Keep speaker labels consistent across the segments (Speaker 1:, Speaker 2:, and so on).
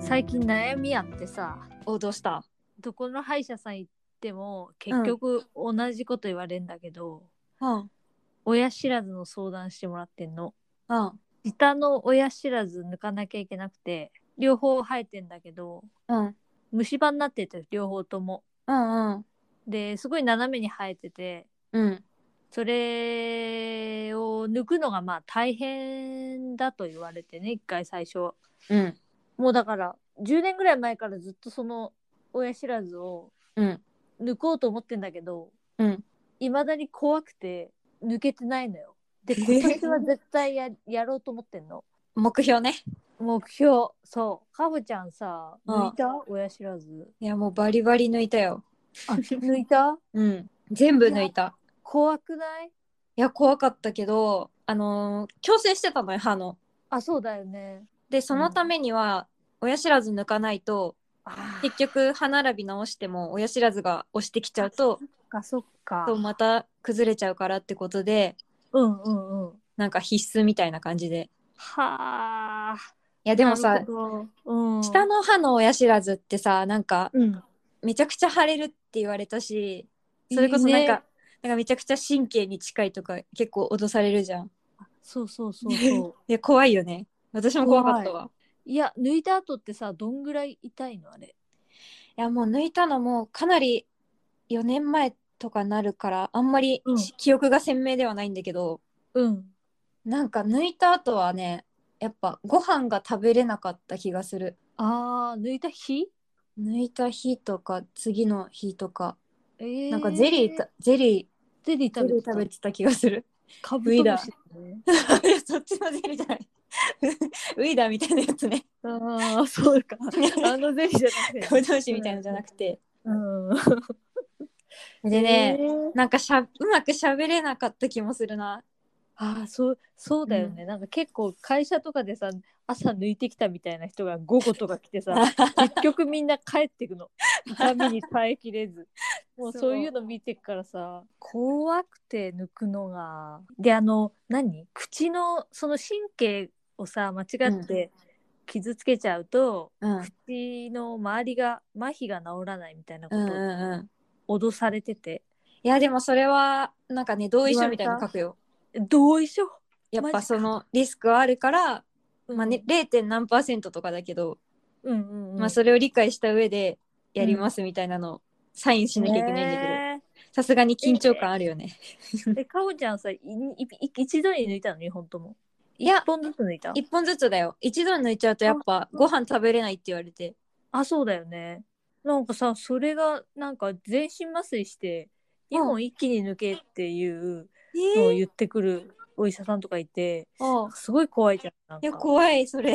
Speaker 1: 最近悩みあってさ
Speaker 2: おどうした
Speaker 1: どこの歯医者さん行っても結局同じこと言われんだけど、
Speaker 2: うん
Speaker 1: 親知らずの相談してもらってんの
Speaker 2: うん
Speaker 1: 下の親知らず抜かなきゃいけなくて両方生えてんだけど
Speaker 2: うん
Speaker 1: 虫歯になってて両方とも
Speaker 2: うん
Speaker 1: ですごい斜めに生えてて
Speaker 2: うん
Speaker 1: それを抜くのがまあ大変だと言われてね一回最初
Speaker 2: うん
Speaker 1: もうだから10年ぐらい前からずっとその親知らずを
Speaker 2: うん
Speaker 1: 抜こうと思ってんだけど
Speaker 2: うん
Speaker 1: いまだに怖くて抜けてないのよ。で
Speaker 2: えー
Speaker 1: 今年は絶対ややろうと思ってんの。
Speaker 2: 目標ね
Speaker 1: 目標そうかほちゃんさ
Speaker 2: うん
Speaker 1: 抜いた親知らず
Speaker 2: いやもうバリバリ抜いたよ
Speaker 1: あ抜いた
Speaker 2: うん全部抜いた
Speaker 1: 怖くない
Speaker 2: いや怖かったけどあのー矯正してたのよ歯の
Speaker 1: あそうだよね。
Speaker 2: でそのためには、親知らず抜かないと
Speaker 1: あー
Speaker 2: 結局歯並び直しても親知らずが押してきちゃうと
Speaker 1: そっかそっか
Speaker 2: と。また崩れちゃうからってことで
Speaker 1: うんうんうん。
Speaker 2: なんか必須みたいな感じで
Speaker 1: はあ。
Speaker 2: いやでもさ
Speaker 1: なるほど、うん、
Speaker 2: 下の歯の親知らずってさなんか
Speaker 1: うん、
Speaker 2: めちゃくちゃ腫れるって言われたしそれこそ
Speaker 1: いい
Speaker 2: な
Speaker 1: ね
Speaker 2: んかなんかめちゃくちゃ神経に近いとか結構脅されるじゃん
Speaker 1: そうそうそうそう。
Speaker 2: いや怖いよね私も怖かったわ
Speaker 1: いや抜いた後ってさどんぐらい痛いのあれ
Speaker 2: いやもう抜いたのもかなり4年前とかになるからあんまり
Speaker 1: うん
Speaker 2: 記憶が鮮明ではないんだけど、
Speaker 1: うん
Speaker 2: なんか抜いた後はねやっぱご飯が食べれなかった気がする
Speaker 1: あー抜いた日
Speaker 2: 抜いた日とか次の日とか
Speaker 1: えー、
Speaker 2: なんかゼリーたゼリ
Speaker 1: ゼリー
Speaker 2: ーゼ
Speaker 1: 食
Speaker 2: リ
Speaker 1: べ
Speaker 2: ー食べ
Speaker 1: て
Speaker 2: てた気がする
Speaker 1: たカブトムシだね
Speaker 2: いやそっちのゼリーじゃない ウィーダーみたいなやつね
Speaker 1: ああそうか あのゼリーじゃなく
Speaker 2: カ
Speaker 1: て
Speaker 2: ブトムシみたいなのじゃなくて
Speaker 1: うん
Speaker 2: でね、
Speaker 1: えー
Speaker 2: なんかしゃうまくしゃべれなかった気もするな
Speaker 1: ああそうそうだよね、なんか結構会社とかでさ朝抜いてきたみたいな人が午後とか来て さ結局みんな帰ってくの痛みに耐えきれ ずもう
Speaker 2: そう
Speaker 1: そういうの見てっからさ怖くて抜くのがであの何口のその神経をさ間違って傷つけちゃうと、
Speaker 2: うん
Speaker 1: 口の周りが麻痺が治らないみたいなこ
Speaker 2: うん
Speaker 1: と
Speaker 2: うんうん
Speaker 1: を脅されてて、
Speaker 2: いやでもそれはなんかね同意書みたいなの書くよ
Speaker 1: 同意書、
Speaker 2: やっ
Speaker 1: マ
Speaker 2: ぱ
Speaker 1: ジか
Speaker 2: そのリスクはあるから、
Speaker 1: うん
Speaker 2: まあね、0. 何パーセントとかだけど、
Speaker 1: うんうんうん、
Speaker 2: まあそれを理解した上でやりますみたいなのをサインしなきゃいけないんだけど
Speaker 1: ねえ
Speaker 2: さすがに緊張感あるよね、
Speaker 1: え、かほちゃんさ、いいい一度に抜いたの日本とも。
Speaker 2: いや
Speaker 1: 一本ずつ抜いた
Speaker 2: 一本ずつだよ一度抜いちゃうとやっぱご飯食べれないって言われて
Speaker 1: あ、そうだよね。なんかさ、それが、なんか全身麻酔して、
Speaker 2: うん
Speaker 1: 一本一気に抜けっていう
Speaker 2: え
Speaker 1: のを
Speaker 2: い
Speaker 1: 言ってくるお医者さんとかいて、
Speaker 2: あ
Speaker 1: すごい怖いじゃん。なん
Speaker 2: いや
Speaker 1: か
Speaker 2: 怖いそれ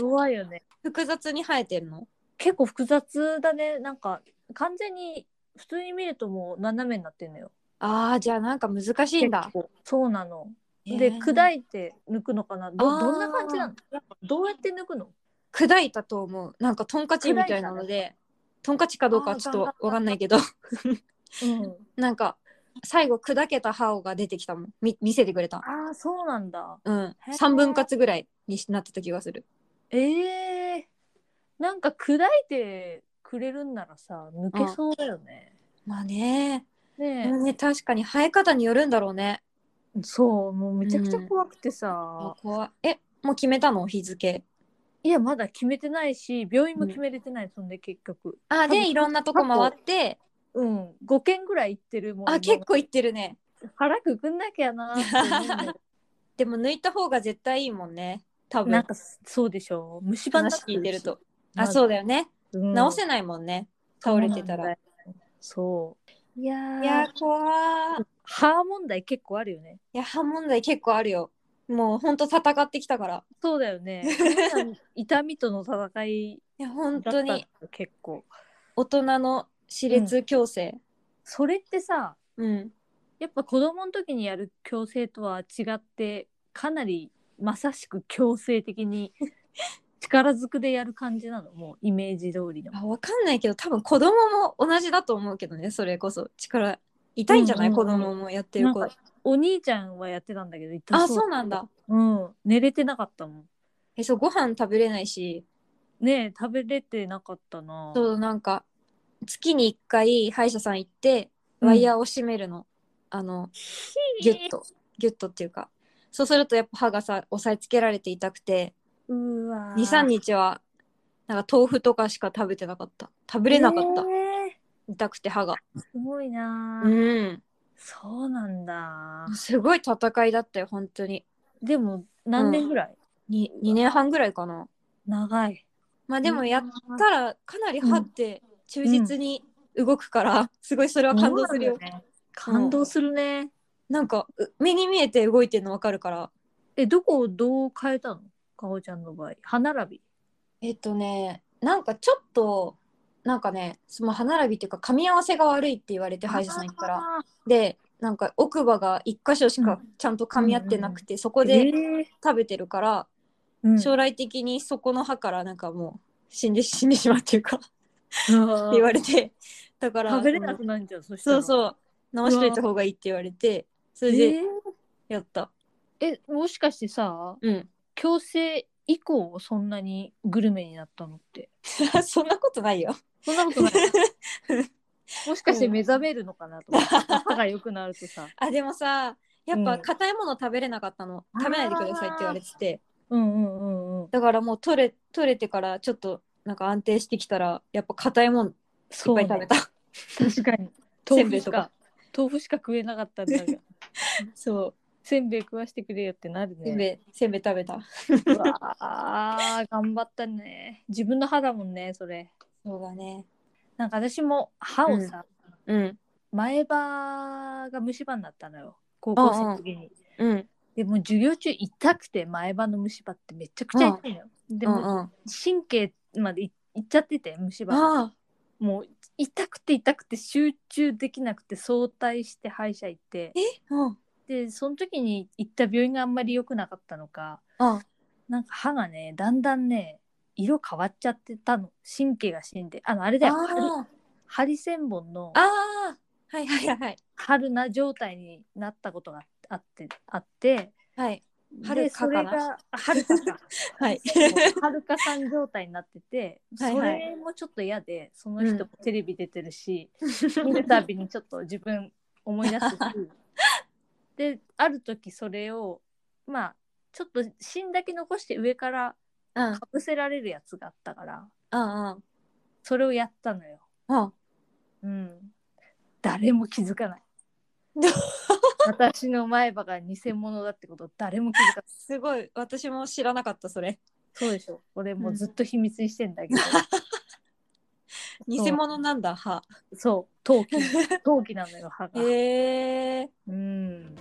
Speaker 1: 怖いよね。
Speaker 2: 複雑に生えてるの
Speaker 1: 結構複雑だね。なんか、完全に、普通に見るともう斜めになってんのよ。
Speaker 2: あーじゃあなんか難しいんだ
Speaker 1: 結構。そうなの。
Speaker 2: え
Speaker 1: で、
Speaker 2: ー
Speaker 1: 砕いて抜くのかなど
Speaker 2: あー
Speaker 1: どんな感じなのなんかどうやって抜くの
Speaker 2: 砕いたと思うなんかトンカチみたいなのでトンカチかどうかはちょっとわかんないけど
Speaker 1: うん。
Speaker 2: なんか最後砕けた歯が出てきたもんみ見せてくれた
Speaker 1: ああ、そうなんだ。
Speaker 2: うん
Speaker 1: へー
Speaker 2: 3分割ぐらいになってた気がする
Speaker 1: ええなんか砕いてくれるんならさ抜けそうだよね。
Speaker 2: まあねでも
Speaker 1: ね
Speaker 2: ね確かに生え方によるんだろうね
Speaker 1: えそうもうめちゃくちゃ怖くて
Speaker 2: あ
Speaker 1: さ、
Speaker 2: 怖いえもう決めたの日付
Speaker 1: いやまだ決めてないし病院も決めれてない、そんで結局
Speaker 2: あ
Speaker 1: 多分
Speaker 2: でいろんなとこ回って
Speaker 1: うん5軒ぐらい行ってるもん
Speaker 2: あ結構いってるね
Speaker 1: 腹くくんなきゃなって思うんだけど
Speaker 2: でも抜いた方が絶対いいもんね 多
Speaker 1: なん
Speaker 2: 分
Speaker 1: かそうでしょ虫歯にな
Speaker 2: 話
Speaker 1: って
Speaker 2: 聞いてるとあ
Speaker 1: まず
Speaker 2: そうだよね
Speaker 1: うん
Speaker 2: 直せないもんね倒れてたら
Speaker 1: そういやー
Speaker 2: いやー怖ー
Speaker 1: 歯問題結構あるよね
Speaker 2: いや歯問題結構あるよもうほんと戦ってきたから
Speaker 1: そうだよね痛みとの戦い
Speaker 2: いや本当
Speaker 1: だっ
Speaker 2: に
Speaker 1: たの結構
Speaker 2: 大人の歯列矯正
Speaker 1: それってさ
Speaker 2: うん、
Speaker 1: やっぱ子供の時にやる矯正とは違ってかなりまさしく強制的に 力ずくでやる感じなのもうイメージ通りの
Speaker 2: あわかんないけど多分子供も同じだと思うけどねそれこそ力痛いんじゃない、
Speaker 1: うんうんうん
Speaker 2: 子供もやってる子
Speaker 1: なんお兄ちゃんはやってたんだけど痛
Speaker 2: あそうなんだ
Speaker 1: うん寝れてなかったもん
Speaker 2: えそうご飯食べれないし
Speaker 1: ねえ食べれてなかったな
Speaker 2: そうなんか月に1回歯医者さん行って
Speaker 1: うん
Speaker 2: ワイヤーを締めるの、あのギュッとギュッとっていうかそうするとやっぱ歯がさ押さえつけられて痛くて
Speaker 1: うわー
Speaker 2: 23日はなんか豆腐とかしか食べてなかった食べれなかった、
Speaker 1: え
Speaker 2: 痛くて歯が
Speaker 1: ーすごいなー、
Speaker 2: うん
Speaker 1: そうなんだ
Speaker 2: すごい戦いだったよ本当に
Speaker 1: でも何年ぐらい、
Speaker 2: に2年半ぐらいかな
Speaker 1: 長い
Speaker 2: まあでもやっ
Speaker 1: った
Speaker 2: らかなり歯って忠実に動くから、 すごいそれは感動するよ、
Speaker 1: ね、感動するね、
Speaker 2: なんかう目に見えて動いてるの分かるから
Speaker 1: えどこをどう変えたのかおちゃんの場合歯並び
Speaker 2: えっとねなんかちょっとなんかねその歯並びっていうか噛み合わせが悪いって言われて歯医者さん行ったら
Speaker 1: あー
Speaker 2: でなんか奥歯が一箇所しかちゃんと噛み合ってなくて、そこで
Speaker 1: え
Speaker 2: 食べてるから、
Speaker 1: ー
Speaker 2: 将来的にそこの歯からなんかもう死んで死んでしまうっていうかって
Speaker 1: うんうわー
Speaker 2: 言われてだから
Speaker 1: 食べれなくなるじゃんそした
Speaker 2: そ
Speaker 1: ら
Speaker 2: うそう直しといた方がいいって言われてそれ
Speaker 1: え
Speaker 2: でやった、
Speaker 1: ーえもしかしてさ
Speaker 2: うん
Speaker 1: 矯正以降そんなにグルメになったのって
Speaker 2: そんなことないよ
Speaker 1: そんな ことないもしかして目覚めるのかなと思って歯が良くなるとさ
Speaker 2: あでもさやっ
Speaker 1: う
Speaker 2: ぱ
Speaker 1: ん
Speaker 2: 硬いもの食べれなかったの、食べないでくださいって言われてて
Speaker 1: うんうんうんうん
Speaker 2: だからもう取れ取れてからちょっとなんか安定してきたらやっぱ硬いもんいっ
Speaker 1: そ
Speaker 2: ぱい食べ
Speaker 1: た
Speaker 2: た
Speaker 1: 確かに豆
Speaker 2: せん
Speaker 1: 腐
Speaker 2: べい
Speaker 1: し
Speaker 2: と
Speaker 1: か
Speaker 2: か
Speaker 1: 豆腐しか食えなかったん だが
Speaker 2: そう
Speaker 1: せんべい食わしてくれよってなるね
Speaker 2: せんべい、せんべい食べた。
Speaker 1: うわあ頑張ったね自分の歯だもんねそれ
Speaker 2: そうだね。
Speaker 1: なんか私も歯をさ、
Speaker 2: うん。
Speaker 1: 前歯が虫歯になったのよ高校生の時に、
Speaker 2: うん。
Speaker 1: でもう授業中痛くて前歯の虫歯ってめちゃくちゃ痛いのよ、で
Speaker 2: うんう
Speaker 1: も
Speaker 2: ん。あ
Speaker 1: 神経までいいっちゃってて虫歯が
Speaker 2: あ。
Speaker 1: もう痛くて痛くて集中できなくて早退して歯医者行って
Speaker 2: うん。
Speaker 1: でその時に行った病院があんまり良くなかったのか
Speaker 2: あ
Speaker 1: なんか歯がねだんだんね色変わっちゃってたの神経が死んであのあれだよハリ
Speaker 2: あ。
Speaker 1: ハリセンボンの
Speaker 2: ああ。はいはいはいはい。
Speaker 1: 春な状態になったことがあってあって
Speaker 2: はい。
Speaker 1: で
Speaker 2: 春か
Speaker 1: それ
Speaker 2: かな
Speaker 1: があ春かか
Speaker 2: はい。
Speaker 1: 春かさん状態になって てそ
Speaker 2: はいはい
Speaker 1: れもちょっと嫌でその人
Speaker 2: う
Speaker 1: もテレビ出てるし、見るたびにちょっと自分思い出 すしである時それをまあちょっと芯だけ残して上から
Speaker 2: うん。うん
Speaker 1: かぶせられるやつがあったから
Speaker 2: うん。
Speaker 1: それをやったのよ。
Speaker 2: うん。
Speaker 1: うん、誰も気づか ない私の前歯が偽物だってこと誰も気づかない
Speaker 2: すごい。私も知らなかった、それ。
Speaker 1: そうでしょ俺もううんずっと秘密にしてんだけど、
Speaker 2: 偽物なんだ、歯。
Speaker 1: そう陶器陶器なのよ歯が、
Speaker 2: へえ。
Speaker 1: うん